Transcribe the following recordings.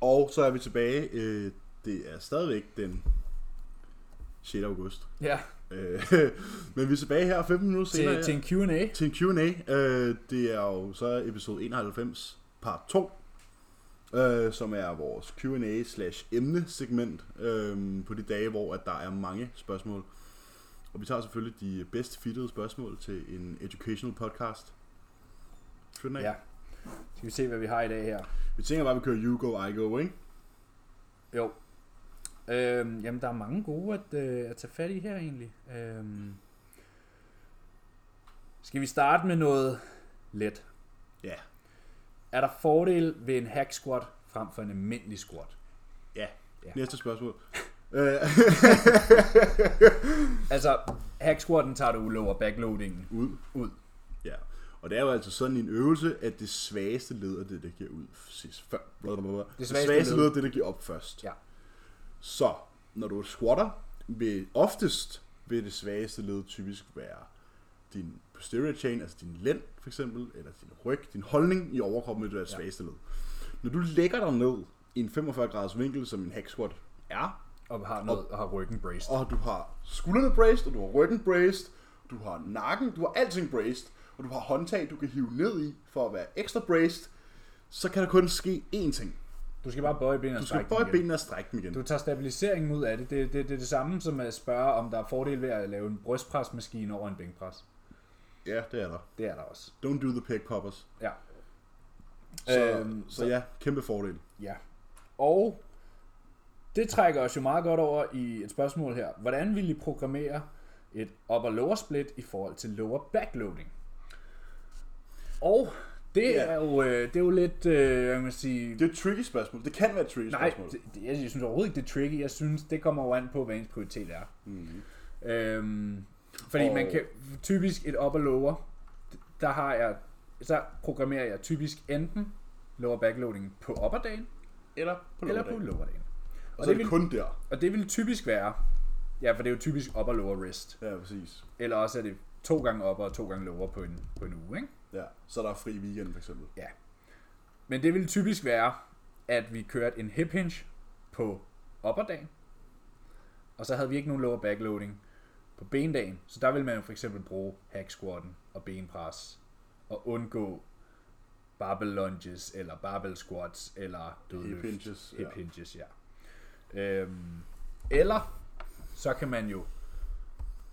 Og så er vi tilbage. Øh, det er stadigvæk den 6. august. Ja, Øh, men vi er tilbage her 15 minutter senere. til, til en Q&A. til en Q&A. Øh, det er jo så episode 91, part 2, øh, som er vores Q&A slash emnesegment øh, på de dage, hvor at der er mange spørgsmål. Og vi tager selvfølgelig de bedst fittede spørgsmål til en educational podcast. Q&A. Ja. Skal vi se, hvad vi har i dag her. Vi tænker bare, at vi kører You Go, I Go, ikke? Jo. Øhm, jamen, der er mange gode at, øh, at tage fat i her egentlig. Øhm, skal vi starte med noget let? Ja. Er der fordel ved en hack squat frem for en almindelig squat? Ja. Ja. Næste spørgsmål. Øh, Altså, hack squatten tager du lower backloadingen. ud. Ud. Ja. Og det er jo altså sådan en øvelse, at det svageste led er det, der giver ud sidst. Før, blablabla. Det svageste, svageste led er det, der giver op først. Ja. Så når du squatter, vil oftest vil det svageste led typisk være din posterior chain, altså din lænd for eksempel, eller din ryg, din holdning i overkroppen vil det være det Ja. svageste led. Når du lægger dig ned i en 45 graders vinkel, som en hack squat er, Og har, noget, og har ryggen braced. og du har skuldrene braced, og du har ryggen braced, du har nakken, du har alting braced, og du har håndtag, du kan hive ned i for at være ekstra braced, så kan der kun ske én ting. Du skal bare bøje benene og Du skal strække dem bøje igen. benene og strække dem igen. Du tager stabiliseringen ud af det. Det, det, det er det samme som at spørge, om der er fordel ved at lave en brystpresmaskine over en bænkpres. Ja, det er der. Det er der også. Don't do the peg poppers. Ja. Så, Øhm, øhm, så ja, kæmpe fordel. Ja. Og det trækker os jo meget godt over i et spørgsmål her. Hvordan vil I programmere et upper lower split i forhold til lower backloading? Og det Ja. er jo, øh, det er jo lidt, øh, hvad kan man sige... Det er et tricky spørgsmål. Det kan være et tricky Nej, spørgsmål. det, det- jeg synes overhovedet ikke, det er tricky. Jeg synes, det kommer jo an på, hvad ens prioritet er. Mm. Øhm, fordi Mhm. og... Og- man kan typisk et op og lower, der har jeg, så programmerer jeg typisk enten lower backloading på upperdagen, Eller på eller lørdag. på lowerdagen. Og Og så er det, det vil, kun der. og det vil typisk være, ja, for det er jo typisk upper lower wrist, Ja, præcis. eller også er det to gange upper og to gange lower på en, på en uge, ikke? Ja, så er der fri weekend for eksempel. Ja. Men det vil typisk være, at vi kørte en hip hinge på upperdagen, og så havde vi ikke nogen lower backloading på bendagen. Så der vil man jo for eksempel bruge hack squatten og benpres, og undgå barbell lunges, eller barbell squats, eller dødløft. Hip hinges, Hip ja. hinges, ja. Øhm, eller så kan man jo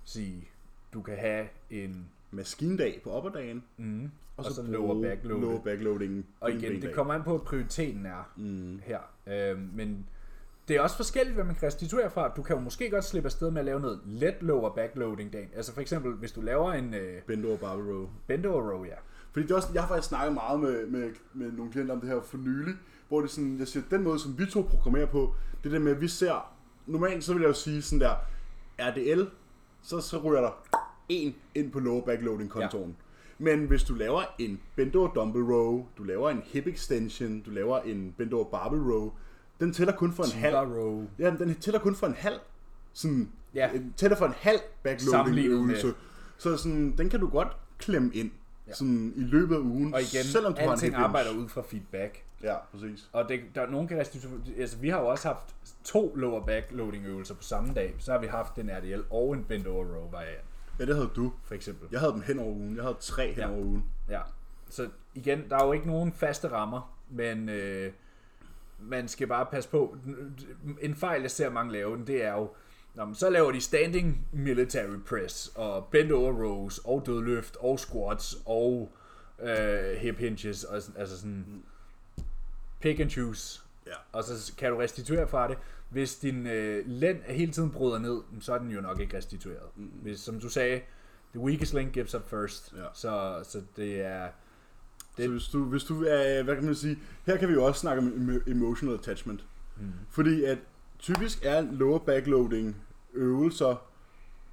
sige, du kan have en Maskindag på opperdagen. Mm. og så lower bruge backloading. Lower backloadingen. på Og en igen, det bendag. kommer an på, hvad prioriteten er mm. her. Øh, men det er også forskelligt, hvad man kan restituere fra. Du kan jo måske godt slippe afsted med at lave noget let lower backloading dagen. Altså for eksempel, hvis du laver en øh, Bend over barbell row. bend over row, ja. Fordi det er også, jeg har faktisk snakket meget med, med, med nogle klienter om det her for nylig, hvor det er sådan, jeg siger, den måde, som vi to programmerer på, det er det med, at vi ser, normalt så vil jeg jo sige sådan der, RDL, så, så ryger der en ind på low backloading kontoren. Ja. Men hvis du laver en bend over dumbbell row, du laver en hip extension, du laver en bend over barbell row, den tæller kun for en halv. Bend row. Ja, men den tæller kun for en halv. Sådan, Ja. ja. tæller for en halv backloading Sammenlignet med- øvelse. Så sådan, den kan du godt klemme ind ja. sådan, i løbet af ugen, Og igen, selvom du har en hip alting hinge. arbejder ud fra feedback. Ja, præcis. Og det, der er nogen kan restituere. Altså, vi har jo også haft to lower backloading øvelser på samme dag. Så har vi haft en RDL og en bend over row variant, Ja, det havde du. for eksempel. Jeg havde dem hen over ugen. Jeg havde tre hen Ja. ja. over ugen. Ja, så igen, der er jo ikke nogen faste rammer, men øh, man skal bare passe på. En fejl, jeg ser mange lave, den, det er jo, Nå, men så laver de standing military press, og bent over rows, og dødløft, og squats, og øh, hip hinges, og sådan, altså sådan pick and choose. Ja. Og så kan du restituere fra det. Hvis din øh, lænd hele tiden bryder ned, så er den jo nok ikke restitueret. Mm. Hvis, som du sagde, the weakest link gives up first. Ja. Så, så det er... Det. Så hvis du, hvis du er, øh, hvad kan man sige, her kan vi jo også snakke om emo- emotional attachment. Mm. Fordi at typisk er lower backloading øvelser,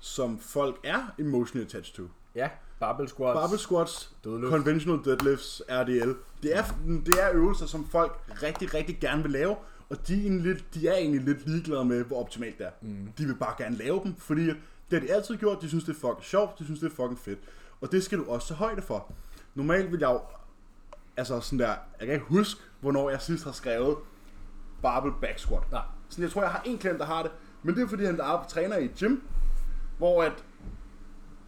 som folk er emotionally attached to. Ja, barbell squats. Barbell squats, Dødløft. conventional deadlifts, RDL. Det er, det er øvelser, som folk rigtig, rigtig gerne vil lave, og de er egentlig lidt, de er egentlig lidt ligeglade med, hvor optimalt det er. Mm. De vil bare gerne lave dem, fordi det har de altid gjort, de synes, det er fucking sjovt, de synes, det er fucking fedt. Og det skal du også tage højde for. Normalt vil jeg jo, altså sådan der, jeg kan ikke huske, hvornår jeg sidst har skrevet barbell back squat. Nej. Sådan, jeg tror, jeg har en klient, der har det, men det er fordi, han arbejder, træner i et gym, hvor at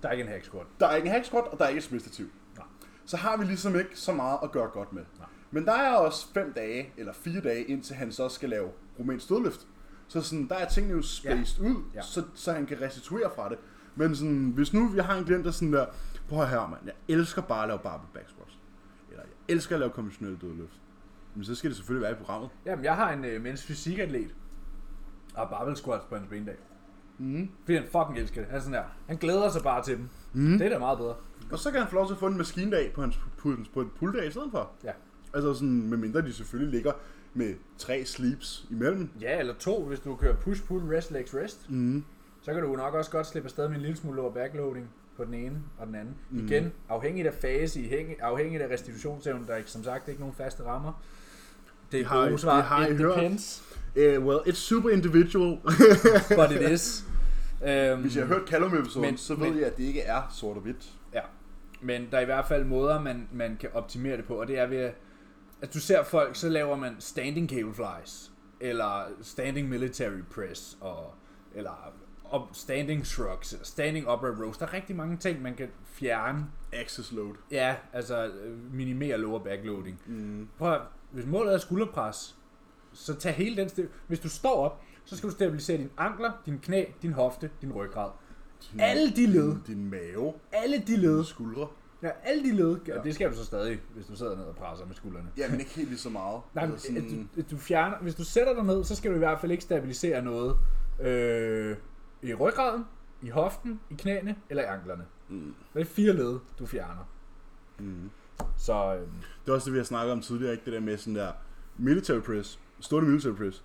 Der er ikke en hack squat. der er ikke en hack squat, og der er ikke et smidstativ. Nej. Så har vi ligesom ikke så meget at gøre godt med. Nej. Men der er også fem dage, eller fire dage, indtil han så skal lave rumænsk dødløft. Så sådan, der er tingene jo spaced ja. ud, Ja. ja. Så, så han kan restituere fra det. Men sådan, hvis nu vi har en klient, der sådan der, prøv at høre her, mand, jeg elsker bare at lave barbell back squats. Eller jeg elsker at lave konventionelle dødløft. Men så skal det selvfølgelig være i programmet. Jamen, jeg har en øh, mens fysikatlet. Og barbell squats på hans bendag. Mm-hmm. Mm. Fordi han fucking elsker det. Han, er sådan her. han glæder sig bare til dem. Mm-hmm. Mm. Det er da meget bedre. Og så kan han få lov til at få en maskindag på, hans, på, på en pulldag i stedet for. Ja. Altså sådan, medmindre de selvfølgelig ligger med tre sleeps imellem. ja, eller to, hvis du kører push, pull, rest, legs, rest. Mm. Så kan du nok også godt slippe afsted med en lille smule over backloading på den ene og den anden. Mm. Igen, afhængigt af fase, i hæng- afhængigt af restitutionsevnen, der er ikke, som sagt ikke nogen faste rammer. Det er har I- gode svar. det har I It hørt. depends, Uh, well, it's super individual. but it is. Øhm, Hvis jeg har hørt Callum Men- episoden, så ved men- jeg, at det ikke er sort og hvidt. Ja. Men der er i hvert fald måder, man, man kan optimere det på, og det er ved at... Altså, du ser folk, så laver man standing cable flies, eller standing military press, og, eller op, standing shrugs, eller standing upright rows. Der er rigtig mange ting, man kan fjerne. Access load. Ja, altså øh, minimere lower backloading. Mm. Prøv at, hvis målet er skulderpres, så tag hele den stil. Hvis du står op, så skal du stabilisere dine ankler, dine knæ, din hofte, din ryggrad. Din, Mm. Alle de led. Din, din mave. Alle de led Dine skuldre. Ja, alle de led. Ja. Ja. Det skal du så stadig, hvis du sidder ned og presser med skuldrene. Ja, men ikke helt lige så meget. Nej, men, Altså sådan, at du, du fjerner, hvis du sætter dig ned, så skal du i hvert fald ikke stabilisere noget øh, i ryggraden, i hoften, i knæene eller i anklerne. Mm. Det er fire led, du fjerner. mm. Så øh, Det er også det, vi har snakket om tidligere, ikke? Det der med sådan der military press. Stående military press.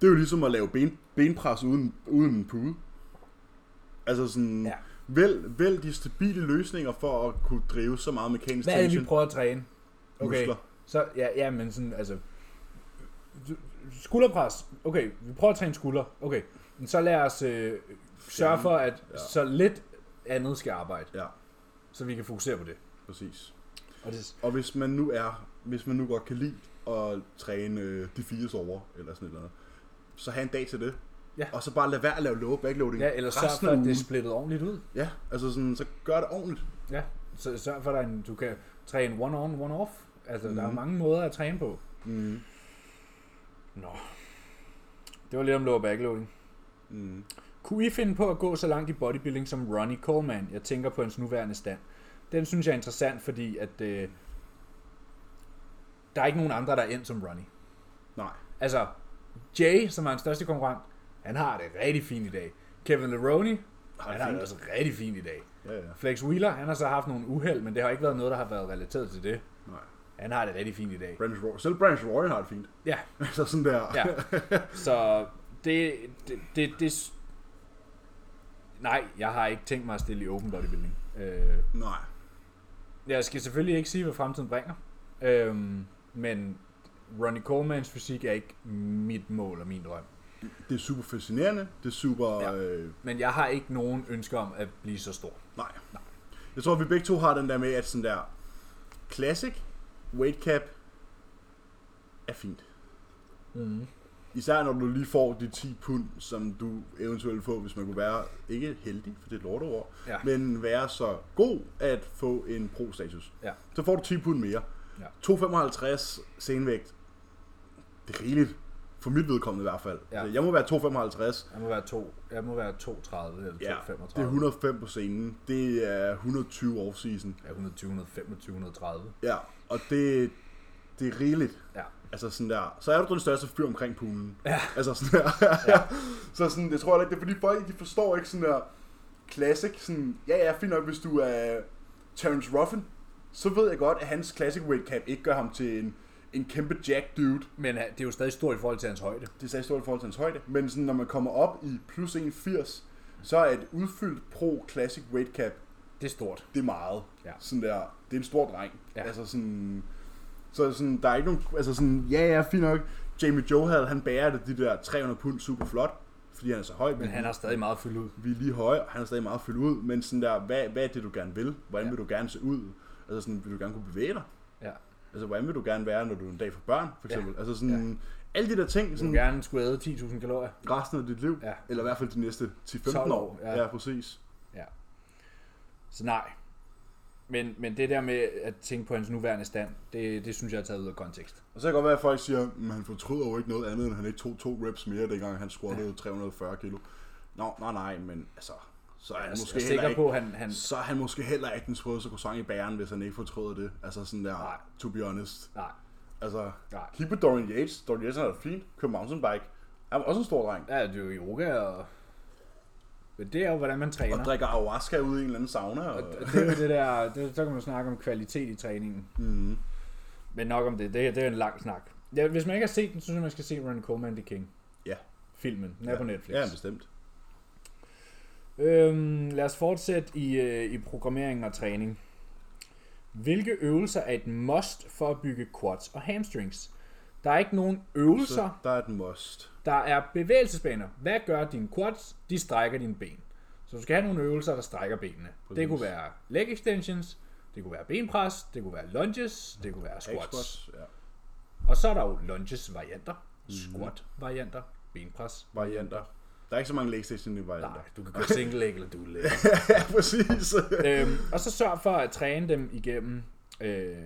Det er jo ligesom at lave ben, benpres uden, uden en pude. Altså sådan... Ja. Ja. Vælg, vælg de stabile løsninger for at kunne drive så meget mekanisk hvad er det, vi tension. prøver at træne? Okay, Muskler. så ja, ja, men sådan, altså... Skulderpres. Okay, vi prøver at træne skulder. Okay, men så lad os øh, sørge for, at Ja. så lidt andet skal arbejde, Ja, så vi kan fokusere på det. præcis. Og det, Og hvis man nu er, hvis man nu godt kan lide at træne øh, de fire over, eller sådan et eller andet, så have en dag til det. Ja. Og så bare lade være at lave low backloading. Ja, eller sørg resten for, af at det er ugen. splittet ordentligt ud. Ja, altså sådan, så gør det ordentligt. Ja, så sørg for, at der er en, du kan træne one-on, one-off. Altså, mm. der er Mhm. mange måder at træne på. Mm. Nå. Det var lidt om lower backloading. Mm. Kunne I finde på at gå så langt i bodybuilding som Ronnie Coleman? Jeg tænker på hans nuværende stand. Den synes jeg er interessant, fordi at øh, der er ikke nogen andre, der er endt som Ronnie. Nej. Altså, Jay, som er hans største konkurrent, han har det rigtig fint i dag. Kevin Leroni, Har han det har det altså. fint. også rigtig fint i dag. Ja, ja. Flex Wheeler, han har så haft nogle uheld, men det har ikke været noget, der har været relateret til det. Nej. Han har det rigtig fint i dag. Branch Roy. Selv Branch Roy har det fint. Ja, Altså sådan der. ja. Så det, det, det, det... s- Nej, jeg har ikke tænkt mig at stille i open bodybuilding. Øh, Nej. jeg skal selvfølgelig ikke sige, hvad fremtiden bringer. Øh, men Ronnie Colemans fysik er ikke mit mål og min drøm. Det er super fascinerende. Det er super... Ja. Ja. Øh, Men jeg har ikke nogen ønsker om at blive så stor. nej. Jeg tror, vi begge to har den der med, at sådan der... Classic weight cap er fint. Mm-hmm. Mm. Især når du lige får de 10 pund, som du eventuelt får, hvis man kunne være, ikke heldig, for det er et lorteord, Ja. men være så god at få en pro-status. Ja. Så får du 10 pund mere. Ja. 2,55 senvægt. Det er rigeligt. For mit vedkommende i hvert fald. Ja. Altså, Jeg må være 2,55. Jeg må være, to, jeg må være 230 eller 235. det er 105 på scenen. Det er 120 off-season. Ja, 120, 125, 130. Ja, og det, det er rigeligt. Ja. Altså sådan der, så er du den største fyr omkring poolen. Ja. Altså sådan der. Ja. ja. Så sådan, det tror jeg ikke, det er fordi folk, de forstår ikke sådan der classic, sådan, ja ja, fint nok, hvis du er Terence Ruffin, så ved jeg godt, at hans classic weight cap ikke gør ham til en, en kæmpe jack dude. Men øh, det er jo stadig stort i forhold til hans højde. Det er stadig stort i forhold til hans højde, men sådan, når man kommer op i plus 1,80, så er et udfyldt pro classic weight cap, Det er stort. det er meget. Ja. Sådan der, det er en stor dreng. Ja. Ja. Altså sådan, så sådan, der er ikke nogen, altså sådan, ja, ja, fint nok. Jamie Johal, han bærer det, de der 300 pund super flot, fordi han er så høj, Men han har stadig meget fyldt ud. vi er lige høje, og han er stadig meget fyldt ud, men sådan der, hvad, hvad er det, du gerne vil? Hvordan Ja. ja. vil du gerne se ud? Altså sådan, vil du gerne kunne bevæge dig? Ja. Altså, hvordan vil du gerne være, når du er en dag for børn, for eksempel? Ja. Altså sådan, ja. alle de der ting, Du sådan vil gerne skulle æde 10.000 kalorier. resten af dit liv, Ja. eller i hvert fald de næste 10-15 12 år. år, ja. ja, præcis. Ja. Så nej. Men, men det der med at tænke på hans nuværende stand, det, det synes jeg er taget ud af kontekst. Og så kan det godt være, at folk siger, at han fortryder jo ikke noget andet, end han ikke tog to reps mere, dengang han squattede 340 kilo. Nå, nej, nej, men altså, så er han Jeg er måske heller sikker ikke, på, at han, han... så er han måske heller ikke den sprødeste croissant i bæren, hvis han ikke fortryder det. Altså sådan der, Nej. to be honest. Nej. Altså, Nej. keep it Dorian Yates. Dorian Yates er fint. Kører mountainbike. Han er også en stor dreng. Ja, det er jo yoga og... Men det er jo, hvordan man træner. Og drikker ayahuasca ude i en eller anden sauna. Og, Og det er jo det der, det, så kan man snakke om kvalitet i træningen. mm. Men nok om det, det, her, det er en lang snak. Ja, hvis man ikke har set den, så synes jeg, man skal se Ron Coleman The King. Ja. Filmen, den er ja. på Netflix. Ja, bestemt. Øhm, lad os fortsætte i, øh, i programmering og træning. Hvilke øvelser er et must for at bygge quads og hamstrings? Der er ikke nogen Så øvelser, der er et must. der er bevægelsesbaner. Hvad gør dine quads? De strækker dine ben. Så du skal have nogle øvelser, der strækker benene. Præcis. Det Præcis. kunne være leg extensions, det kunne være benpres, det kunne være lunges, det kunne være squats. Mhm. Squats. Ja. Og så er der jo lunges varianter, squat varianter, benpres. Varianter. Der er ikke så mange legstation varianter. Nej, du kan gøre single leg eller dual leg. Ja, præcis. øhm, og så sørg for at træne dem igennem øh,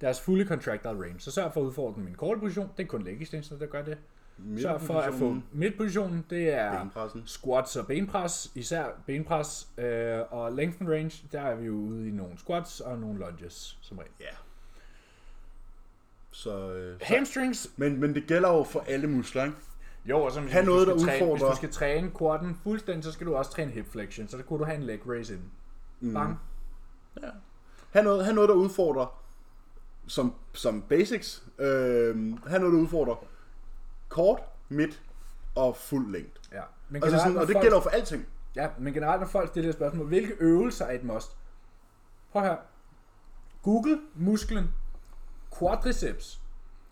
deres fulde contractor range. Så sørg for at udfordre dem i en kort position. Det er kun leg extensions, der gør det. Sørg for at få midtpositionen. Det er Benpressen. squats og benpres. Især benpres øh, og lengthen range. Der er vi jo ude i nogle squats og nogle lunges som regel. Ja. Så, øh, Hamstrings. men, men det gælder jo for alle muskler, ikke? Jo, og så hvis, Ha' du noget, skal der træne, hvis udfordrer. du skal træne quaden fuldstændig, så skal du også træne hip flexion. Så der kunne du have en leg raise ind. Mm. Bang. Ha' noget, ha' noget der udfordrer som, som basics. Øh, ha' noget, der udfordrer kort, midt og fuld længde. Ja. Men Altså generelt, sådan, når og det folk- gælder jo for alting. Ja, men generelt når folk stiller det spørgsmål, hvilke øvelser er et must? Prøv her. Google musklen quadriceps.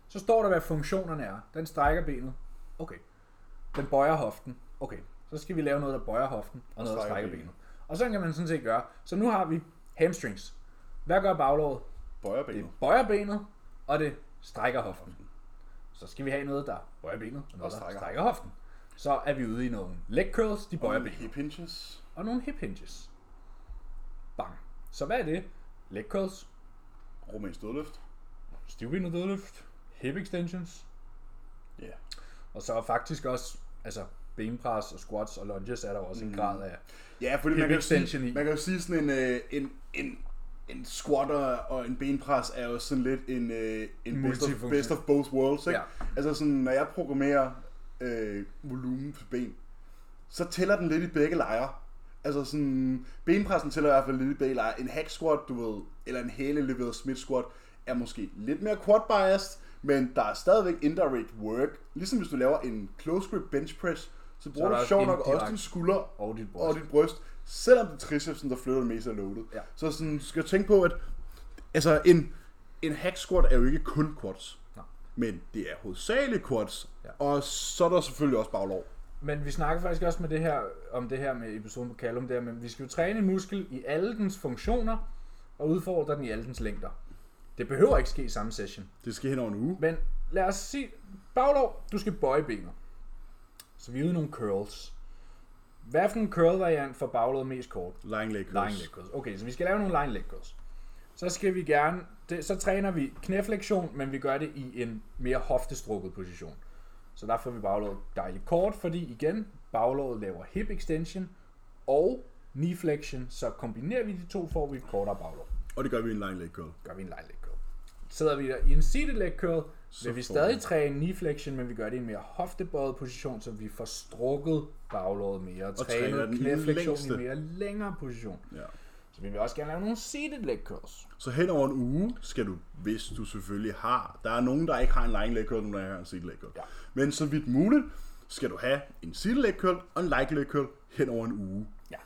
Så står der, hvad funktionerne er. Den strækker benet. Okay. Den bøjer hoften. Okay. Så skal vi lave noget, der bøjer hoften, og noget, der strækker strækker benet. benet. Og sådan kan man sådan set gøre. Så nu har vi hamstrings. Hvad gør baglåret? Bøjer Det benet. bøjer benet, og det strækker hoften. Så skal vi have noget, der bøjer benet, og noget, der strækker. strækker hoften. Så er vi ude i nogle leg curls, de bøjer benet Hip hinges. og nogle hip hinges. Bang. Så hvad er det? Leg curls, Romansk dødløft. stivben og dødløft, hip extensions, Ja. Yeah. og så er faktisk også, altså benpres og squats og lunges er der jo også mm. en grad af. Ja, fordi man Hip kan, jo sige, extension i. man kan jo sige sådan en, øh, en, en, en squatter og en benpres er jo sådan lidt en, øh, en best, of, Multifunktion. best of both worlds, ikke? Ja. Altså sådan, når jeg programmerer øh, volumen på ben, så tæller den lidt i begge lejre. Altså sådan, benpressen tæller i hvert fald lidt i begge lejre. En hack squat, du ved, eller en hæle leveret smith squat, er måske lidt mere quad biased, men der er stadigvæk indirect work. Ligesom hvis du laver en close grip bench press, så bruger er der så du også sjovt nok også indirekt din skulder Og dit bryst. og dit bryst, selvom det er tricepsen, der flytter det mest af loadet. Ja. Så sådan, du skal tænke på, at altså, en, en hack squat er jo ikke kun quads, Nå. men det er hovedsageligt quads, Ja. og så er der selvfølgelig også baglov. Men vi snakker faktisk også med det her, om det her med episoden på Callum der, men vi skal jo træne en muskel i alle dens funktioner, og udfordre den i alle dens længder. Det behøver ikke ske i samme session. Det skal hen over en uge. Men lad os sige, baglov, du skal bøje benet. Så vi er ude i nogle curls. Hvad for en curl-variant for baglov mest kort? Lying leg curls. Lying leg curls. Okay, så vi skal lave nogle lying leg curls. Så skal vi gerne, det, så træner vi knæflektion, men vi gør det i en mere hoftestrukket position. Så der får vi baglåret dejligt kort, fordi igen, baglåret laver hip extension og knee flexion, så kombinerer vi de to, får vi et kortere baglår Og det gør vi i en lying leg curl. gør vi en light leg curl. Sidder vi der i en seated leg curl, vil vi får stadig træne knee flexion, men vi gør det i en mere hoftebøjet position, så vi får strukket baglåret mere og træner træner den i knæflektion i længste. en mere længere position. Ja. Så vi vil også gerne lave nogle seated leg curls. Så hen over en uge skal du, hvis du selvfølgelig har, der er nogen, der ikke har en lying leg curl, nogen der har en seated leg curl. Ja. Men så vidt muligt skal du have en seated leg curl og en lying leg curl hen over en uge. Ja.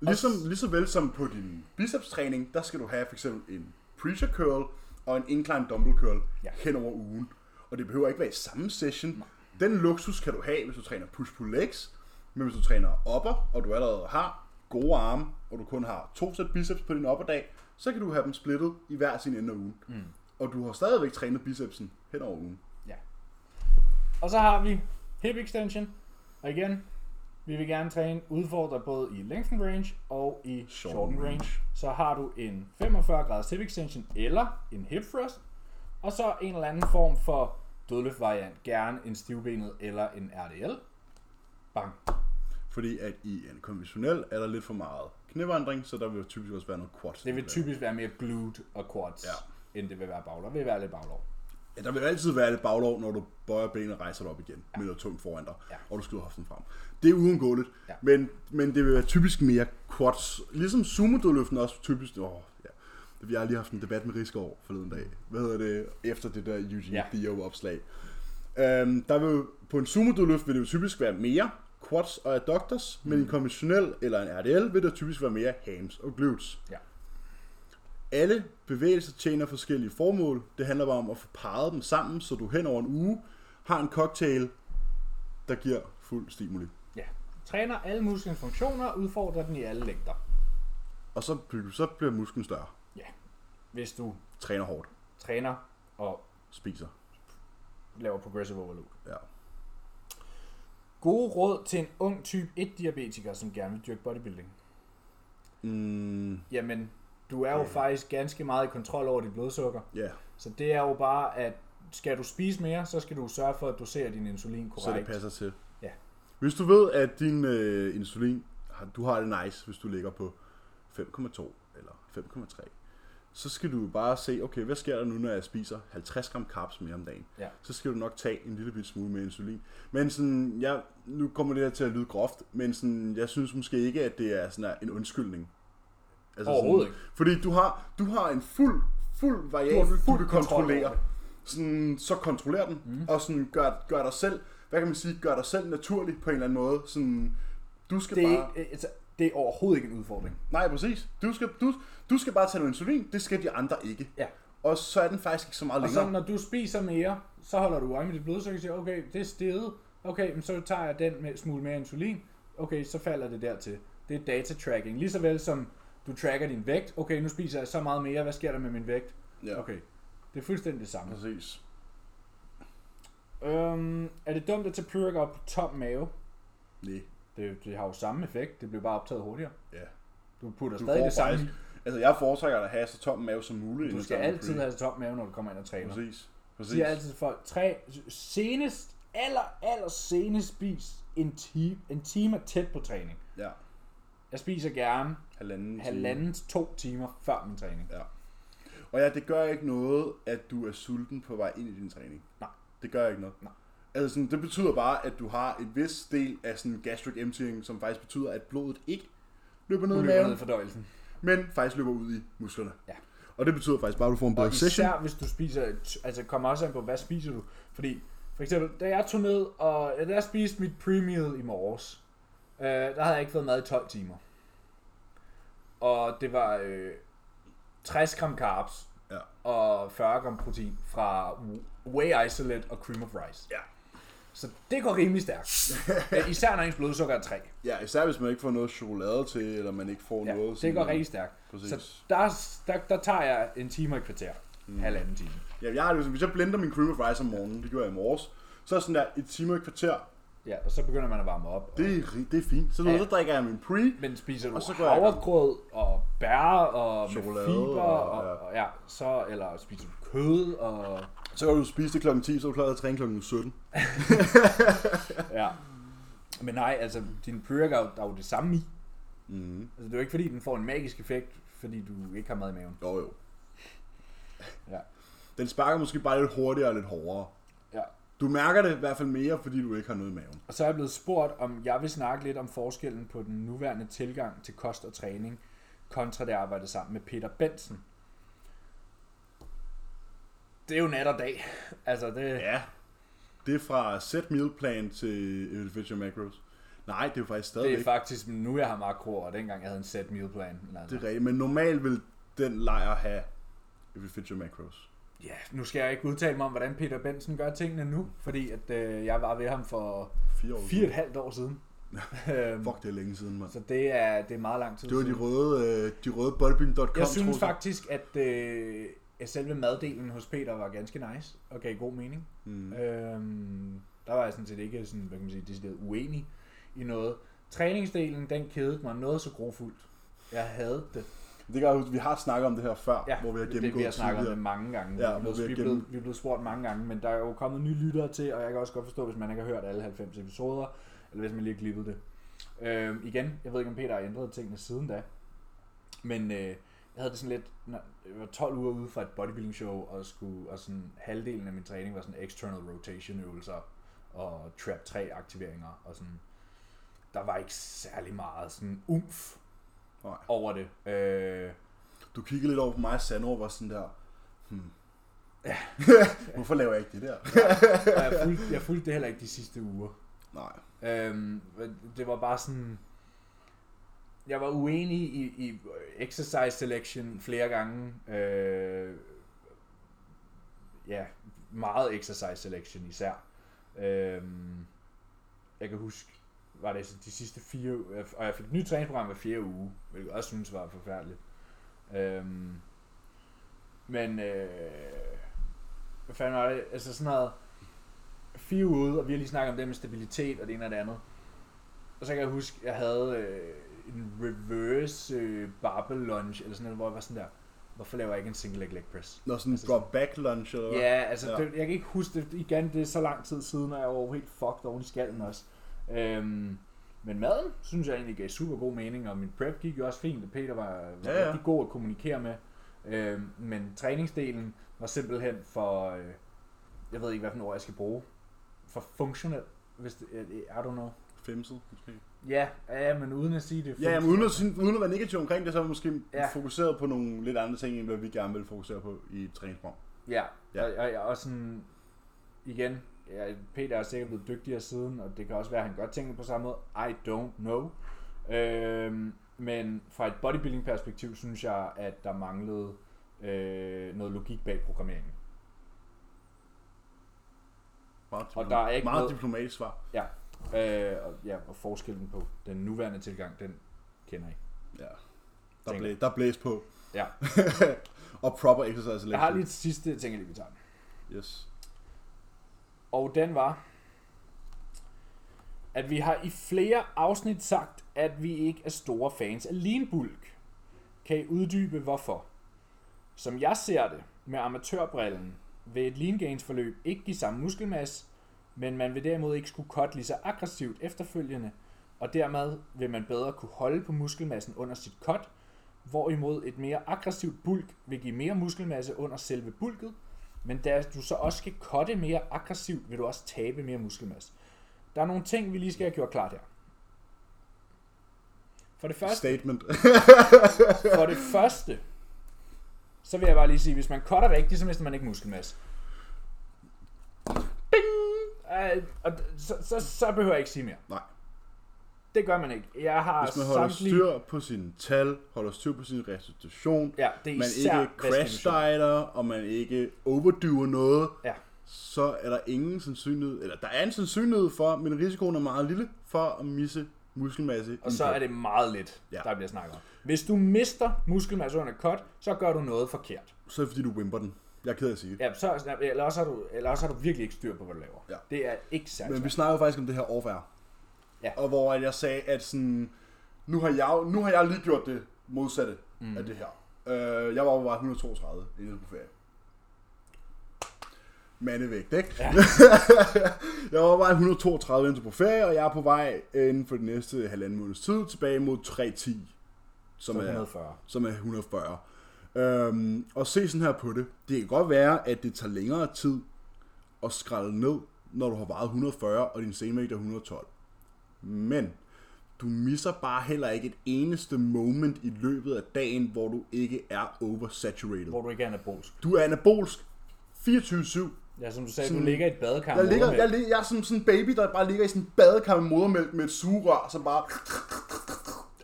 Ligesom, lige så vel som på din bicepstræning, der skal du have for eksempel en preacher curl og en incline dumbbell curl ja. Ja. hen over ugen. Og det behøver ikke være i samme session. Den luksus kan du have, hvis du træner push-pull legs, men hvis du træner upper, og du allerede har gode arme, og du kun har to sæt biceps på din upperdag, så kan du have dem splittet i hver sin ende af ugen. Mm. og du har stadigvæk trænet bicepsen hen over ugen. Og så har vi hip extension. Og igen, vi vil gerne træne udfordre både i lengthen range og i Shorten shorten range. Så har du en 45 graders hip extension eller en hip thrust. Og så en eller anden form for dødløft variant. Gerne en stivbenet eller en RDL. Bang. Fordi at i en konventionel er der lidt for meget knævandring, så der vil typisk også være noget quads. Det vil typisk være mere glute og quads, Ja. ja. end det vil være baglov. Det vil være lidt baglov. Ja, der vil altid være lidt baglov, når du bøjer benene og rejser dig op igen ja. med noget tungt foran dig, Ja. og du skyder hoften frem. Det er uundgåeligt, Ja. men, men det vil være typisk mere quads. Ligesom sumodødløften også typisk. Åh, ja. Vi har lige haft en debat med Rigsgaard forleden dag. Hvad hedder det? Efter det der Eugene ja. Ja. Theo opslag. Øhm, der vil, jo- på en sumodødløft vil det jo typisk være mere quads og adductors, mm. men en konventionel eller en RDL vil det typisk være mere hams og glutes. Ja. Alle bevægelser tjener forskellige formål. Det handler bare om at få parret dem sammen, så du hen over en uge har en cocktail, der giver fuld stimuli. ja. Træner alle musklens funktioner, udfordrer den i alle længder. Og så, bliver- så bliver musklen større. Ja. Hvis du Træner hårdt. træner og Spiser. laver progressive overload. Ja. Gode råd til en ung type 1-diabetiker, som gerne vil dyrke bodybuilding. Mm, Jamen, du er jo faktisk ganske meget i kontrol over dit blodsukker. ja, Så det er jo bare, at skal du spise mere, så skal du sørge for at dosere din insulin korrekt. så det passer til. Ja. Hvis du ved, at din øh, insulin, har- du har det nice, hvis du ligger på 5,2 eller 5,3, så skal du bare se, okay, hvad sker der nu, når jeg spiser 50 gram carbs mere om dagen? Ja. så skal du nok tage en lille bit smule mere insulin. Men sådan, ja, nu kommer det her til at lyde groft, men sådan, jeg synes måske ikke, at det er sådan en undskyldning. Altså Overhovedet sådan, Fordi du har, du har en fuld, fuld variabel, du, fuld du kan kontrol kontrollere. over det. Sådan, så kontroller den, mm. og sådan gør, gør dig selv, hvad kan man sige, gør dig selv naturligt på en eller anden måde. Sådan, du skal Det bare... er, ikke, altså, det er overhovedet ikke en udfordring. Nej, præcis. Du skal, du, du skal bare tage noget insulin, det skal de andre ikke. Ja. Og så er den faktisk ikke så meget Og længere. så når du spiser mere, så holder du øje med dit blodsukker og siger, okay, det er steget. Okay, men så tager jeg den med smule mere insulin. Okay, så falder det dertil. Det er data tracking. Lige så vel som du tracker din vægt. Okay, nu spiser jeg så meget mere. Hvad sker der med min vægt? Ja. Okay, det er fuldstændig det samme. Præcis. Øhm, er det dumt at tage pre-workout på tom mave? Nej. Det, det har jo samme effekt. Det bliver bare optaget hurtigere. Ja. Du putter Du stadig får det samme. faktisk- Altså, jeg foretrækker at have så tom mave som muligt. Du inden skal jeg tager altid min have tom mave, når du kommer ind og pre. træner. Jeg Præcis. Præcis. siger altid til folk, tre, senest, aller, aller senest spis en time, en time tæt på træning. Ja. Jeg spiser gerne Halvanden. time. halvanden til to timer før min træning. Ja. Og ja, det gør ikke noget, at du er sulten på vej ind i din træning. Nej. Det gør ikke noget. Nej. Altså, sådan, det betyder bare, at du har et vis del af sådan gastric emptying, som faktisk betyder, at blodet ikke løber ned Du i løber ned maven, i fordøjelsen. men faktisk løber ud i musklerne. Ja. Og det betyder faktisk bare, at du får en Og bulk session. især hvis du spiser, et- altså kommer også an på, hvad spiser du? Fordi for eksempel, da jeg tog ned, og ja, da jeg spiste mit pre-meal i morges, øh, der havde jeg ikke fået mad i 12 timer. Og det var øh, 60 gram carbs Ja. og 40 gram protein fra wh- whey isolate og cream of rice. Ja. Så det går rimelig stærkt. Øh, Især når ens blodsukker er 3. ja, især hvis man ikke får noget chokolade til, eller man ikke får Ja, noget... det sådan- går rigtig stærkt. Præcis. Så der, der, der tager jeg en time og et kvarter. Mm. Halvanden time. Ja, jeg har det jo sådan, hvis jeg blender min cream of rice om morgenen, det gjorde jeg i morges, så er sådan der et time og et kvarter, Ja, og så begynder man at varme op. det er, ri- det er fint. Så, ja. Ja. så drikker jeg min pre, Men spiser du Og så og går jeg i gang. havregrød og bær og Chokolade Chokolade fiber, og- og, og, ja. så, eller spiser du kød, og så kan du spise det klokken 10, så er du klar til at træne klokken 17. ja. Men nej, altså din pre-workout, der er jo det samme i. Mm. Altså det er jo ikke fordi, den får en magisk effekt, fordi du ikke har mad i maven. Jo jo. Ja. Den sparker måske bare lidt hurtigere og lidt hårdere. ja. Du mærker det i hvert fald mere, fordi du ikke har noget i maven. Og så er jeg blevet spurgt, om jeg vil snakke lidt om forskellen på den nuværende tilgang til kost og træning, kontra det jeg arbejdede sammen med Peter Benson. Det er jo nat og dag. Altså det... Ja. Det er fra set meal plan til individual macros. Nej, det er jo faktisk Det stadigvæk. er faktisk nu, jeg har makroer, og dengang jeg havde en set meal plan. Eller det det... er rigtigt. Men normalt vil den lejr have individual macros. Ja, nu skal jeg ikke udtale mig om, hvordan Peter Benson gør tingene nu, fordi at, øh, jeg var ved ham for Fire år. fire og et halvt år siden. Øhm, Fuck, det er længe siden, mand. så det er, det er meget lang tid Det var de siden. røde, øh, de røde bodybuilding.com, Jeg synes trusser. faktisk, at øh, ja, selve maddelen hos Peter var ganske nice og gav god mening. Mm. Øhm, der var jeg sådan set ikke sådan, hvad kan man sige, decideret uenig i noget. Træningsdelen, den kedede mig noget så grofuldt. Jeg havde det. Det gør, jeg huske, vi har snakket om det her før, hvor vi har det, vi gennemgået har snakket om det tidligere. mange gange. Ja, Ja, vi, hvor er vi har blevet, vi, er gennem- blevet, vi er blevet spurgt mange gange, men der er jo kommet nye lyttere til, og jeg kan også godt forstå, hvis man ikke har hørt alle 90 episoder, eller hvis man lige har klippet det. Øh, igen, jeg ved ikke, om Peter har ændret tingene siden da, men øh, jeg havde det sådan lidt, når, jeg var 12 uger ude fra et bodybuilding show, og, skulle, og sådan, halvdelen af min træning var sådan external rotation øvelser, og trap 3 aktiveringer, og sådan, der var ikke særlig meget sådan umf Nej. over det. Øh, Du kiggede lidt over på mig, og Sandro var sådan der, hmm. Hvorfor laver jeg ikke det der? Og jeg fulgte, jeg fulgte det heller ikke de sidste uger. Nej. Øhm, det var bare sådan... Jeg var uenig i, i exercise selection flere gange. Øh, ja, meget exercise selection især. Øhm, jeg kan huske, var det de sidste fire uger, og jeg fik et nyt træningsprogram hver fjerde uge, hvilket jeg også synes var forfærdeligt. Øhm, men, øh, hvad fanden var det? Altså sådan noget, fire uger ude, og vi har lige snakket om det med stabilitet og det ene og det andet. Og så kan jeg huske, jeg havde øh, en reverse øh, barbell lunge, eller sådan noget, hvor jeg var sådan der, hvorfor laver jeg ikke en single leg leg press? Nå, sådan en Altså sådan- drop back lunch eller hvad? Ja, altså, Ja. ja. Det, jeg kan ikke huske det igen, det er så lang tid siden, og jeg var jo helt fucked oven i skallen også. Øhm, men maden, synes jeg egentlig gav super god mening, og min prep gik jo også fint, og Peter var, var Ja, ja, ja. ja. rigtig god at kommunikere med. Øhm, men træningsdelen var simpelthen for, øh, jeg ved ikke, hvad for ord jeg skal bruge, for funktionel, hvis det, øh, I don't know. Femset, måske. Ja, ja, men uden at sige det. Ja, men uden at, synes- uden at være negativ omkring det, så har vi måske ja. Ja. fokuseret på nogle lidt andre ting, end hvad vi gerne vil fokusere på i et træningsprogram. Ja, Ja. ja. Og, og, og sådan, igen, ja, Peter er sikkert blevet dygtigere siden, og det kan også være, at han godt tænker på samme måde. I don't know. Øhm, men fra et bodybuilding perspektiv, synes jeg, at der manglede øh, noget logik bag programmeringen. Meget, Og der er ikke meget noget- diplomatisk svar. Ja. Øh, og, ja, og forskellen på den nuværende tilgang, den kender I. Ja. Der, Tænker blæ, der blæs på. Ja. og proper exercise selection. Jeg har lige et sidste, jeg tænker lige, vi tager. den. Yes. Og den var, at vi har i flere afsnit sagt, at vi ikke er store fans af linbulk. Kan I uddybe hvorfor? Som jeg ser det med amatørbrillen, vil et lean gains forløb ikke give samme muskelmasse, men man vil derimod ikke skulle cut lige så aggressivt efterfølgende, og dermed vil man bedre kunne holde på muskelmassen under sit cut, hvorimod et mere aggressivt bulk vil give mere muskelmasse under selve bulket, men da du så også skal cutte mere aggressivt, vil du også tabe mere muskelmasse. Der er nogle ting, vi lige skal have gjort klart her. For det første, Statement. for det første, så vil jeg bare lige sige, hvis man cutter rigtigt, så mister man ikke muskelmasse. Bing! Øh, og d- så, så, så behøver jeg ikke sige mere. Nej. Det gør man ikke. Jeg har Hvis man holder samtlige... styr på sine tal, holder styr på sin restitution, Ja, det er man især ikke crash restitution. diver, og man ikke overdoer noget, Ja, så er der ingen sandsynlighed, eller der er en sandsynlighed for, men risikoen er meget lille for at misse muskelmasse. og så er det meget lidt, Ja. ja. der bliver snakket om. Hvis du mister muskelmasse under cut, så gør du noget forkert. så er det fordi, du wimper den. Jeg er ked af at sige det. Ja, så, eller, også har du, eller også har du virkelig ikke styr på, hvad du laver. Ja. Det er ikke særlig Men vi svært. snakker jo faktisk om det her overvær. Ja. Og hvor at jeg sagde, at sådan, nu, har jeg, nu har jeg lige gjort det modsatte mm. af det her. Øh, jeg var jo bare 132 inden på ferie. Mandevægt, ikke? Ja. jeg var bare 132 inden på ferie, og jeg er på vej inden for den næste halvanden måneds tid tilbage mod 310. Som Så er 140. som er 140. Øhm, og se sådan her på det. Det kan godt være, at det tager længere tid at skrælle ned, når du har vejet 140, og din senvægt er 112. Men du misser bare heller ikke et eneste moment i løbet af dagen, hvor du ikke er oversaturated. Hvor du ikke er anabolsk. Du er anabolsk 24-7. Ja, som du sagde, du ligger i et badekar. Jeg, med ligger, modermælk. jeg, lig- jeg er som sådan en baby, der bare ligger i sådan en badekar med modermælk med et sugerør, som bare...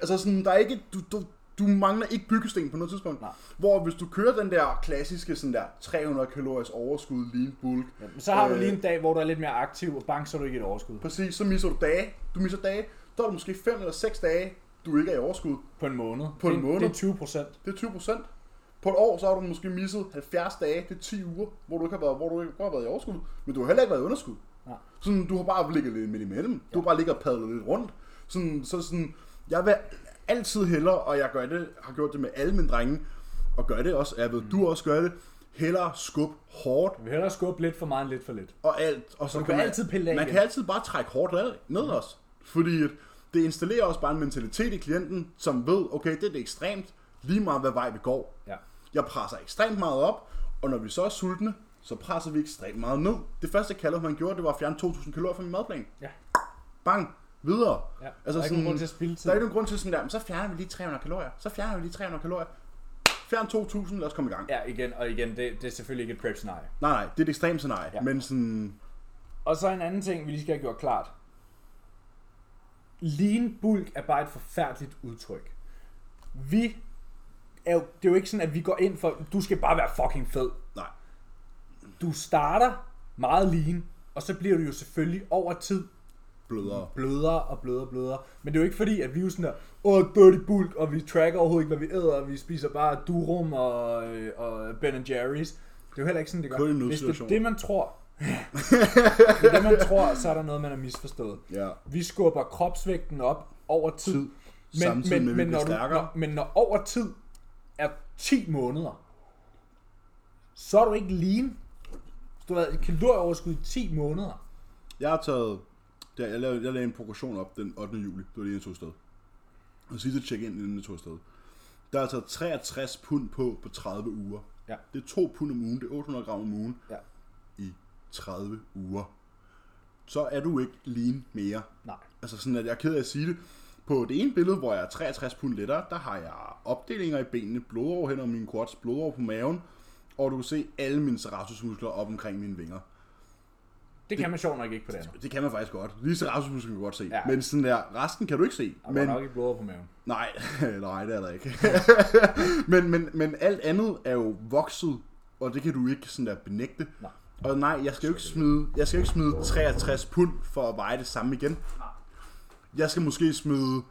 Altså sådan, der er ikke... Du, du, du mangler ikke byggesten på noget tidspunkt. Nej. Hvor hvis du kører den der klassiske sådan der 300 kalories overskud lean bulk, ja. Men så har du Øh. lige en dag, hvor du er lidt mere aktiv, og bang, så er du ikke i et overskud. præcis, så misser du dage. Du misser dage. Der er du måske 5 eller 6 dage, du ikke er i overskud. På en måned. På en det, er- måned. Det er 20 procent. Det er 20 procent. På et år, så har du måske misset 70 dage, det er 10 uger, hvor du ikke har været, hvor du ikke har været i overskud, men du har heller ikke været i underskud. Nej. Sådan, du har bare ligget lidt midt imellem. Du har bare ligget og padlet lidt rundt. Sådan, så sådan, jeg vil altid hellere, og jeg gør det, har gjort det med alle mine drenge, og gør det også, og jeg ved, mm. du også gør det, hellere skub hårdt Vi vil hellere skubbe lidt for meget end lidt for lidt. og alt. Og så du kan altid pille af Man igen. kan altid bare trække hårdt ad- ned mm. også. Fordi at det installerer også bare en mentalitet i klienten, som ved, okay, det er det ekstremt, lige meget hvad vej vi går. Ja. Jeg presser ekstremt meget op, og når vi så er sultne, så presser vi ekstremt meget ned. Det første kalor, han gjorde, det var at fjerne 2.000 kalorier fra min madplan. Ja. Bang! Videre. Ja. Der er ikke nogen grund til at spilde tid. Altså Der er ikke nogen grund til sådan der, "Men så fjerner vi lige 300 kalorier. Så fjerner vi lige 300 kalorier. Fjern 2.000, lad os komme i gang. Ja. Ja, igen og igen, det, det er selvfølgelig ikke et prep scenarie. Nej, nej, det er et ekstremt scenarie. Ja. Ja. Men sådan, Og så en anden ting, vi lige skal have gjort klart. Lean bulk er bare et forfærdeligt udtryk. Vi er jo, det er jo ikke sådan, at vi går ind for, du skal bare være fucking fed. nej. Du starter meget lean, og så bliver du jo selvfølgelig over tid Blødere. blødere og blødere og blødere. Men det er jo ikke fordi, at vi er jo sådan der, åh, dirty bulk, og vi tracker overhovedet ikke, hvad vi æder, og vi spiser bare durum og, øh, og Ben Jerry's. Det er jo heller ikke sådan, det Kun i gør. Hvis det er nødsituationer. det, man tror, Hvis det er det, man tror, så er der noget, man har misforstået. Ja. Vi skubber kropsvægten op over tid. Tid. Samtidig med, at vi bliver når du, stærkere. når, men når over tid er 10 måneder, så er du ikke lean. Hvis Du har været i kalorieoverskud i 10 måneder. Jeg har taget... Der, jeg, lavede, jeg lavede en progression op den 8. juli. Det var det, jeg tog afsted. Og sidste check-in, inden jeg tog afsted. Der har jeg taget 63 pund på på 30 uger. Ja. Det er 2 pund om ugen. Det er 800 gram om ugen Ja. i 30 uger. Så er du ikke lean mere. Nej. Altså sådan, at jeg er ked af at sige det. På det ene billede, hvor jeg er 63 pund lettere, der har jeg opdelinger i benene, blodår hen over min quads, blodår på maven, og du kan se alle mine serratusmuskler op omkring mine vinger. Det kan man sjovt nok ikke på det andet. Det kan man faktisk godt. Lige serratusmuskler kan du godt se. Ja. Ja. Men sådan der, resten kan du ikke se. Men... Men, nok ikke blod på maven. nej, nej, det er der ikke. men, men, men alt andet er jo vokset, og det kan du ikke sådan der benægte. Nej. Og nej, jeg skal jo ikke smide, jeg skal jo ikke smide 63 pund for at veje det samme igen. Jeg skal måske smide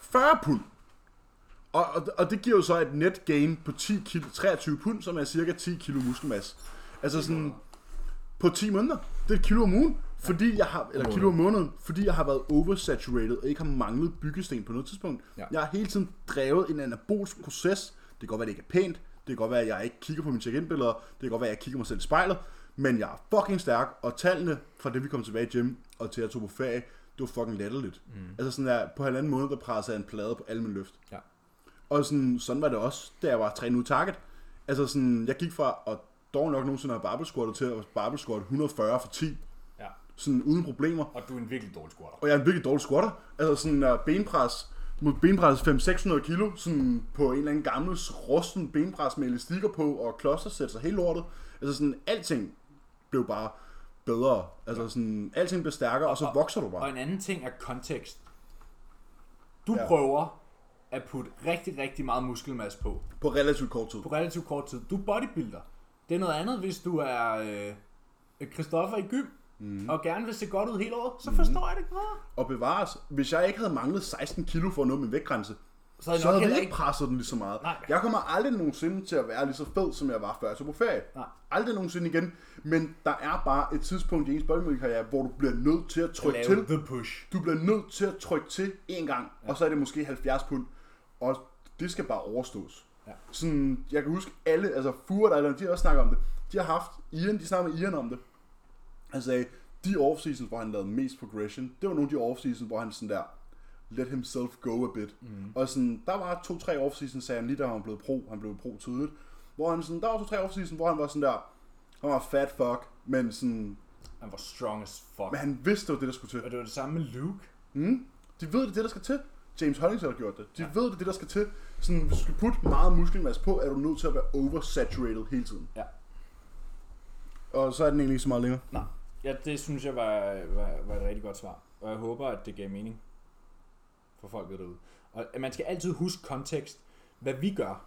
40 pund. Og, og, og det giver jo så et net gain på 10 kilo, 23 pund, som er cirka 10 kilo muskelmasse. Altså sådan på 10 måneder. Det er et kilo om ugen, fordi jeg har, eller kilo om måneden, fordi jeg har været oversaturated og ikke har manglet byggesten på noget tidspunkt. Ja. Jeg har hele tiden drevet en anabolsk proces. Det kan godt være, det ikke er pænt. Det kan godt være, at jeg ikke kigger på mine check-in-billeder. Det kan godt være, at jeg kigger mig selv i spejlet. Men jeg er fucking stærk, og tallene fra det, vi kom tilbage i gym, og til at jeg tog på ferie, det var fucking latterligt. Mm. Altså sådan der, på halvanden måned, der pressede jeg en plade på alle mine løft. Ja. Og sådan, sådan var det også, da jeg var trænet ud target. Altså sådan, jeg gik fra at dog nok nogensinde have barbell squattet til at barbell squat 140 for 10, ja. sådan uden problemer. Og du er en virkelig dårlig squatter. Og jeg er en virkelig dårlig squatter. Altså sådan uh, benpres, mod benpres 500-600 kilo, sådan på en eller anden gammel rusten benpres med elastikker på, og klodser sætter sig helt lortet. Altså sådan, alting blev bare bedre. Altså sådan, alting blev stærkere, og så vokser du Og bare. en anden ting er kontekst. Du ja. Ja. prøver at putte rigtig, rigtig meget muskelmasse på. På relativt kort tid. På relativt kort tid. Du er bodybuilder. Det er noget andet, hvis du er øh, Christoffer i gym, mm. og gerne vil se godt ud hele året, så forstår jeg det godt. Og bevares, hvis jeg ikke havde manglet 16 kilo for at nå min vægtgrænse, Så er det så nok havde heller vi ikke ikke... presset den lige så meget. Nej. Jeg kommer aldrig nogensinde til at være lige så fed, som jeg var før jeg tog på ferie. Nej. Aldrig nogensinde igen. Men der er bare et tidspunkt i ens bodybuilding-karriere, hvor du bliver nødt til at trykke Lave til. the push. Du bliver nødt til at trykke til en gang, ja. og så er det måske 70 pund. Og det skal bare overstås. Ja. Sådan, jeg kan huske alle, altså Fure og de har også snakket om det. De har haft Ian, de snakkede med Ian om det. Han sagde, de off-seasons, hvor han lavede mest progression, det var nogle af de off-seasons, hvor han sådan der, let himself go a bit. Mm. Og sådan, der var to-tre off-seasons, sagde han lige da han blev pro, han blev pro tidligt, hvor han sådan, der var to-tre off-seasons, hvor han var sådan der, han var fat fuck, men sådan, Han var strong as fuck. men han vidste, det var det, der skulle til. Og det var det samme med Luke. De ved, det er det, der skal til. James Hollington har gjort det. De ja. ved, det er det, der skal til. Sådan, hvis du skal putte meget muskelmasse på, er du nødt til at være oversaturated hele tiden. Ja. Og så er den egentlig ikke så meget længere. Nej. Ja, det synes jeg var, var, var et rigtig godt svar. Og jeg håber, at det gav mening for folket derude. Og at man skal altid huske kontekst. Hvad vi gør,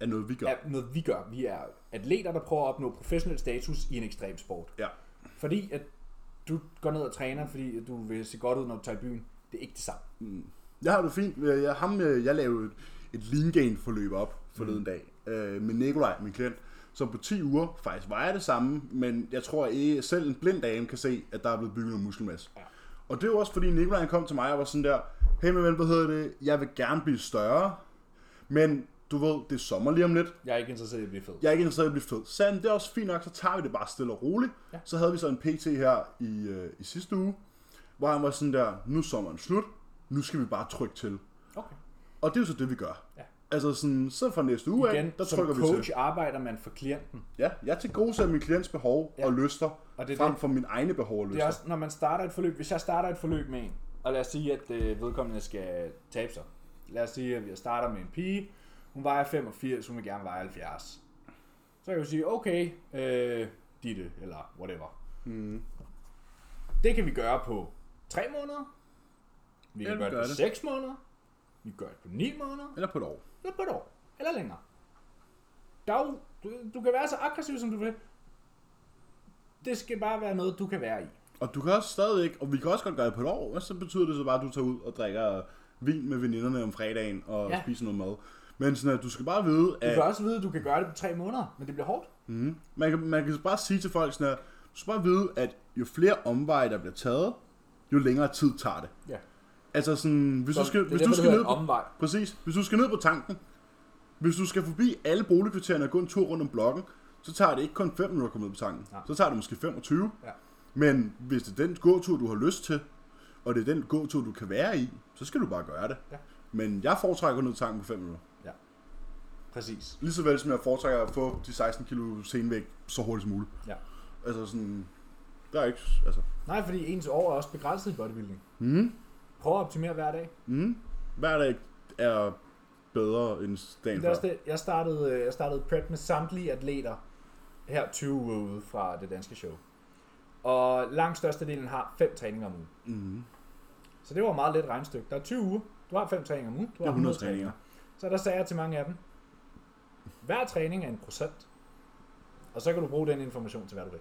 Er noget, vi gør. er noget vi gør. Vi er atleter, der prøver at opnå professionel status i en ekstrem sport. Ja. Fordi at du går ned og træner, fordi at du vil se godt ud, når du tager i byen. Det er ikke det samme. øh, Jeg har det fint. Jeg, ham, øh, jeg lavede et, et lean gain forløb op forleden dag. øh, med Nikolaj, min klient, som på 10 uger faktisk vejer det samme, men jeg tror, at I- selv en blind dame kan se, at der er blevet bygget noget muskelmasse. Ja. Og det er jo også, fordi Nikolaj han kom til mig og var sådan der, hey min ven, hvad hedder det, jeg vil gerne blive større, men du ved, det er sommer lige om lidt, Jeg er ikke interesseret i at blive fed. jeg er ikke interesseret i at blive fed. Sand, det er også fint nok, så tager vi det bare stille og roligt. Ja. Så havde vi så en PT her i, øh, i sidste uge, hvor han var sådan der, nu er sommeren slut, nu skal vi bare trykke til. Okay. Og det er jo så det, vi gør. Ja. Altså sådan, så fra næste uge af, Igen, der som trykker vi coach til. arbejder man for klienten. Ja, jeg til gode min klients behov ja. og lyster, og det Og det er frem det. for mine egne behov og lyster. Det er også, når man starter et forløb, hvis jeg starter et forløb med en, og lad os sige, at øh, vedkommende skal tabe sig. Lad os sige, at jeg starter med en pige, hun vejer 85, hun vil gerne veje 70. Så kan jeg jo sige, okay, øh, Ditte, eller whatever. Mm. Det kan vi gøre på 3 måneder, vi kan Ja, vi gøre gør det på det. 6 måneder, vi gør det på 9 måneder, Eller på et år. eller på et år, eller længere. Der er jo, du, du kan være så aggressiv, som du vil. Det skal bare være noget, du kan være i. Og du kan også stadigvæk, og vi kan også godt gøre det på et år, og så betyder det så bare, at du tager ud og drikker vin med veninderne om fredagen og ja. Ja. spiser noget mad. Men sådan, at du skal bare vide, Du at kan også vide, at du kan gøre det på tre måneder, men det bliver hårdt. Man kan, man kan bare sige til folk sådan her, du skal bare vide, at jo flere omveje, der bliver taget, jo længere tid tager det. Ja. Altså sådan, hvis Så du skal, det er hvis derfor, du det skal hedder ned på, en omvej. Præcis. Hvis du skal ned på tanken, hvis du skal forbi alle boligkvartererne og gå en tur rundt om blokken, så tager det ikke kun 5 minutter at komme ned på tanken. Nej. Så tager det måske 25. Ja. Men hvis det er den gåtur, du har lyst til, og det er den gåtur, du kan være i, så skal du bare gøre det. Ja. Men jeg foretrækker at gå ned på tanken på 5 minutter. Ja. Præcis. Lige så vel som jeg foretrækker at få de 16 kilo senvægt så hurtigt som muligt. Ja. Altså sådan, der er ikke, altså, Nej, fordi ens år er også begrænset i bodybuilding. Mhm. Prøv at optimere hver dag. mm, hver dag er bedre end dagen Det er før. også det. Jeg startede, øh, jeg startede prep med samtlige atleter her 20 uger ude fra det danske show. Og langt størstedelen har fem træninger om ugen. Mhm. Så det var meget let regnstykke. Der er 20 uger. Du har fem træninger om ugen. Du har 100 træninger. Så der sagde jeg til mange af dem, hver træning er en procent. Og så kan du bruge den information til hvad du vil.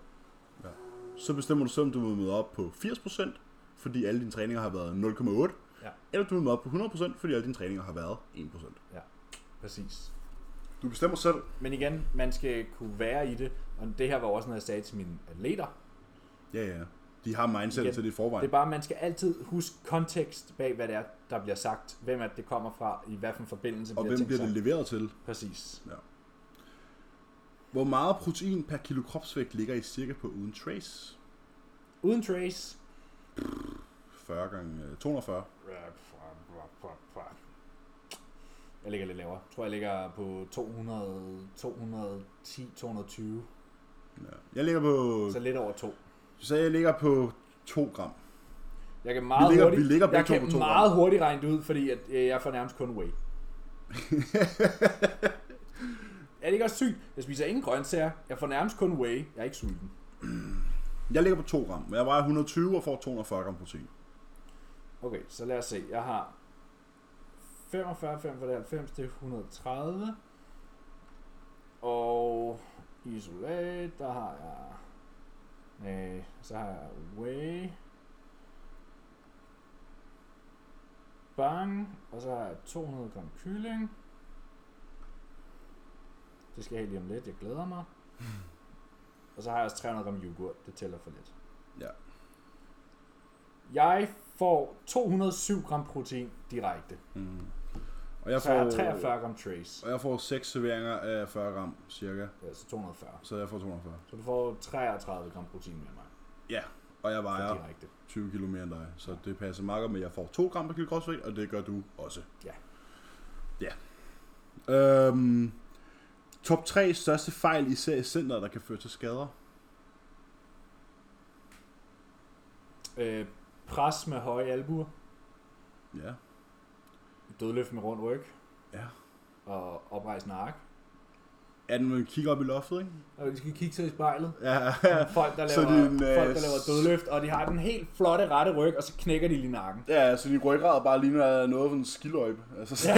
Så bestemmer du selv, om du vil møde op på 80%, fordi alle dine træninger har været 0,8, Ja. eller du vil møde op på 100%, fordi alle dine træninger har været 1%. Præcis. Du bestemmer selv. Men igen, man skal kunne være i det. Og det her var også noget, jeg sagde til mine atleter. Ja, ja. De har mindset Igen. til det i forvejen. Det er bare, man skal altid huske kontekst bag, hvad det er, der bliver sagt. Hvem er det, det kommer fra, i hvad for en forbindelse og bliver hvem tænkt bliver det sig. leveret til? Præcis. Hvor meget protein per kilo kropsvægt ligger I cirka på uden trace? Uden trace. 40 gange øh, 240. Jeg ligger lidt lavere. Jeg tror, jeg ligger på 200, 210, 220. Ja. Jeg ligger på... Så lidt over 2. Du sagde, jeg ligger på 2 gram. Jeg kan meget, ligger- hurtigt, vi ligger begge jeg to kan på to meget hurtigt regne det ud, fordi at, øh, jeg får nærmest kun whey. er det ikke også sygt? Jeg spiser ingen grøntsager. Jeg får nærmest kun whey. Jeg er ikke sulten. Jeg ligger på 2 gram, men jeg vejer 120 og får 240 gram protein. Okay, så lad os se. Jeg har 45, 45, 90, det er 130. Og isolat, der har jeg... Øh, så har jeg whey. Bang. Og så har jeg 200 gram kylling. Det skal jeg have lige om lidt, jeg glæder mig. Og så har jeg også 300 gram yoghurt, det tæller for lidt. Ja. Jeg får 207 gram protein direkte. Mm. Og jeg Så jeg får, har 43 gram trace. Og jeg får 6 serveringer af 40 gram, cirka. Altså 240. Så jeg får 240. Så du får 33 gram protein mere end mig. Ah, Ja, og jeg For vejer direkte. 20 kilo mere end dig. Så det passer meget godt med, at jeg får 2 gram per kilo kropsvægt, og det gør du også. Ja. Ja. Øhm, top 3 største fejl i seriecenteret, der kan føre til skader. Øh, pres med høje albuer. Ja. Dødløft med rund ryg. Ja. Og oprejsende ark. Er den, man kigger op i loftet, ikke? Og vi skal kigge sig i spejlet. Ja, Folk, der Så laver, din, øh, folk, der laver dødløft, og de har den helt flotte rette ryg, og så knækker de lige nakken. ja så din ryggrad bare ligner noget fra en skiløjpe. Altså, Ja.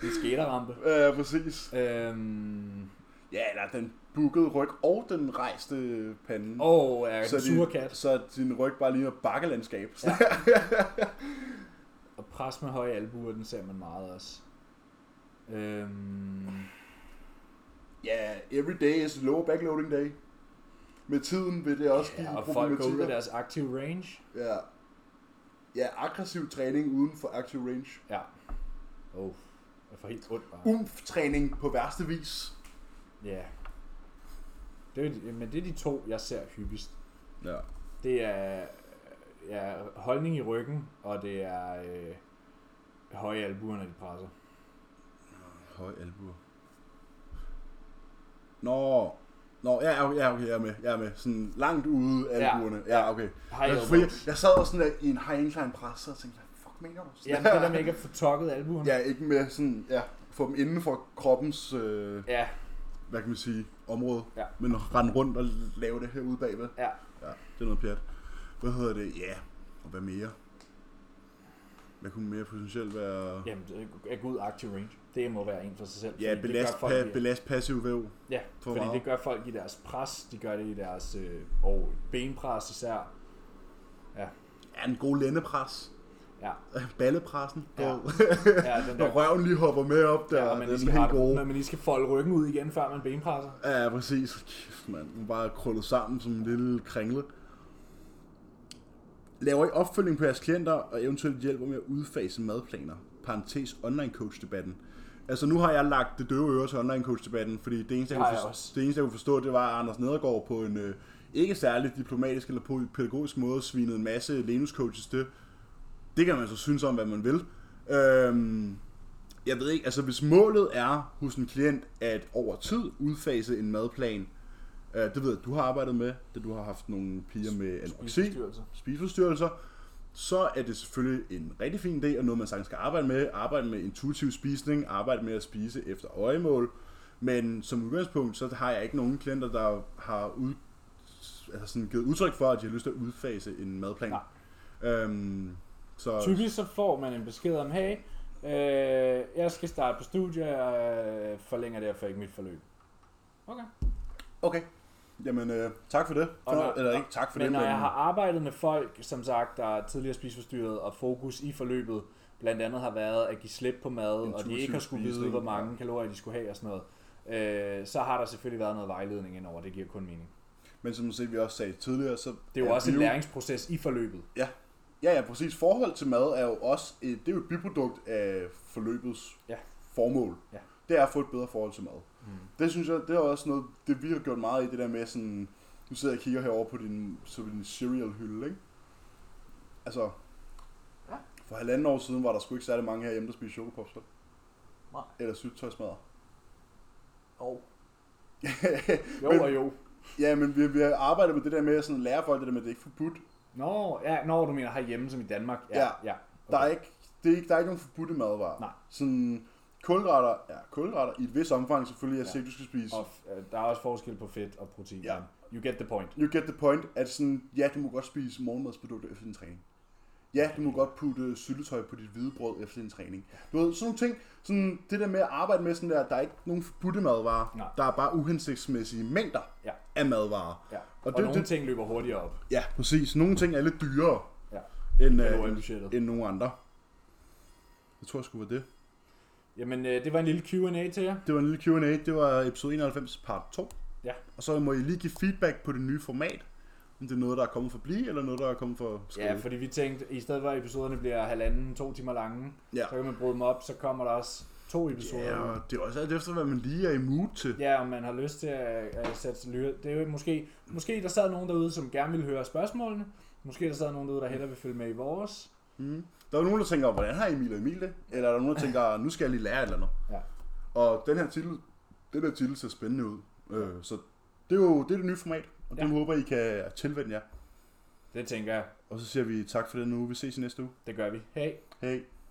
Det er en skaterrampe. ja. øh, præcis. Øhm, Ja, eller den bukkede ryg og den rejste pande. og er en surkat. din, Mm. så din ryg bare ligner bakkelandskab. Ja. Og pres med høje albuer, den ser man meget også. Øhm, Ja, yeah, every day is low backloading day. Med tiden vil det også give ja, og folk går ud af problematikker. deres active range. Ja. ja, aggressiv træning uden for active range. Ja. Oh, jeg får helt ondt bare. Uh. Umf-træning på værste vis. Ja. Det er, jo de- men det er de to, jeg ser hyppigst. Ja. Det er ja, holdning i ryggen, og det er øh, høje albuer, når de presser. Høj albuer. Nå, Nå, ja, okay, ja, okay, jeg er med, jeg er med. Sådan langt ude albuerne. Ja, ja okay. High jeg, elbows. jeg, jeg sad også sådan der i en high incline press, og tænkte, hvad fuck mener du? Ja, det der med ikke at få tokket albuerne. ja, ikke med sådan, ja, få dem inden for kroppens, øh, ja, hvad kan man sige, område. Ja. Men at rende rundt og lave det her ude bagved. ja. Ja, det er noget pjat. Hvad hedder det? Ja, og hvad mere? Hvad kunne mere potentielt være? Jamen, det er god active range. Det må være en for sig selv. Ja, fordi det gør belast, folk pa, i- belast passiv væv. Ja, for fordi meget. det gør folk i deres pres, de gør det i deres øh, og benpres især. Ja, Ja, en god lændepres. ja, Ballepressen. Ja. Ja. ja den Når der røven lige hopper med op der. Ja, Ja, og man den lige er skal helt rette, god. når man lige skal folde ryggen ud igen, før man benpresser. Ja, præcis. Kæft, mand. Hun er bare krøllet sammen som en lille kringle. Laver I opfølging på jeres klienter og eventuelt hjælper med at udfase madplaner? Parentes online coach debatten. Altså nu har jeg lagt det døve øre til online coach debatten, fordi det eneste, jeg, Det har kunne, jeg forstå, også. det eneste, jeg kunne forstå, det var, at Anders Nedergaard på en øh, ikke særlig diplomatisk eller på- pædagogisk måde svinede en masse Lenus coaches til. Det kan man så synes om, hvad man vil. Øhm, jeg ved ikke, altså hvis målet er hos en klient at over tid udfase en madplan, øh, det ved jeg, du har arbejdet med, da du har haft nogle piger med anoreksi, Spiseforstyrrelser. spiseforstyrrelser, så er det selvfølgelig en rigtig fin idé, og noget man sagtens skal arbejde med. Arbejde med intuitiv spisning, arbejde med at spise efter øjemål. Men som udgangspunkt, så har jeg ikke nogen klienter, der har ud, altså sådan givet udtryk for, at de har lyst til at udfase en madplan. Øhm, så, Typisk så får man en besked om, hey, øh, jeg skal starte på studie, og øh, forlænger derfor ikke mit forløb. Okay. Okay. Jamen, øh, tak for det. For, Og når- eller ikke tak for men det, når men... jeg har arbejdet med folk, som sagt, der er tidligere spiseforstyrret, og fokus i forløbet blandt andet har været at give slip på mad, og de Intuitiv ikke har skulle vide, spisning, hvor mange kalorier de skulle have og sådan noget, øh, så har der selvfølgelig været noget vejledning indover, det giver kun mening. Men som set, vi også sagde tidligere, så... Det er jo er også en bio- læringsproces i forløbet. Ja. ja, ja, præcis. Forhold til mad er jo også et, det er jo et biprodukt af forløbets Ja. formål. Ja. Det er at få et bedre forhold til mad. Mm. Det synes jeg, det er også noget, det vi har gjort meget i, det der med sådan... Nu sidder jeg og kigger herover på din, så på din cereal hylde, ikke? Altså... Ja. For halvanden år siden var der sgu ikke særlig mange herhjemme, der spiste chokolapopsler. Nej. Eller syltøjsmadder. Oh. Jo Men- og jo. Ja, men vi, vi har arbejdet med det der med at sådan lære folk det der med, at det er ikke forbudt. Nå, ja, når du mener herhjemme som i Danmark. Ja, Ja. ja. ja. Der er ikke, det er ikke, der er ikke nogen forbudte madvarer. Nej. Sådan kulhydrater, ja, kulhydrater i et vis omfang selvfølgelig, jeg Ja. ja. siger, du skal spise. Og f- øh, der er også forskel på fedt og protein. Ja. You get the point. You get the point, at sådan, ja, du må godt spise morgenmadsprodukter efter din træning. Ja, du må godt putte syltetøj på dit hvide brød efter din træning. Du ved, sådan nogle ting, sådan det der med at arbejde med sådan der, der er ikke nogen forbudte madvarer. Nej. Der er bare uhensigtsmæssige mængder Ja. af madvarer. ja. Og, Og, det, nogle det, ting løber hurtigere op. ja, præcis. Nogle ting er lidt dyrere Ja. end, øh, Kaloriebudgettet. end nogen andre. Jeg tror sgu var det. Jamen, øh, det var en lille Q&A til jer. Det var en lille Q&A. Det var episode 91, part 2. Ja. Og så må I lige give feedback på det nye format. Om det er noget, der er kommet for at blive, eller noget, der er kommet for at skrive. Ja, fordi vi tænkte, i stedet for at episoderne bliver halvanden, to timer lange, Ja. så kan man bryde dem op, så kommer der også to ja, episoder. og det er også alt efter, hvad man lige er i mood til. Ja, om man har lyst til at, at sætte sig lyre. Det er jo måske, måske der sad nogen derude, som gerne ville høre spørgsmålene. Måske der sad nogen derude, der hellere vil følge med i vores. Mm. Der er jo nogen, der tænker, hvordan har Emil og Emil det? Eller er der nogen, der tænker, nu skal jeg lige lære et eller andet. Ja. Og den her titel, den her titel ser spændende ud. Øh, så det er jo det, er det nye format, og det Ja. håber I kan tilvende jer. Det tænker jeg. Og så siger vi tak for den uge. Vi ses i næste uge. Det gør vi. Hej. Hej.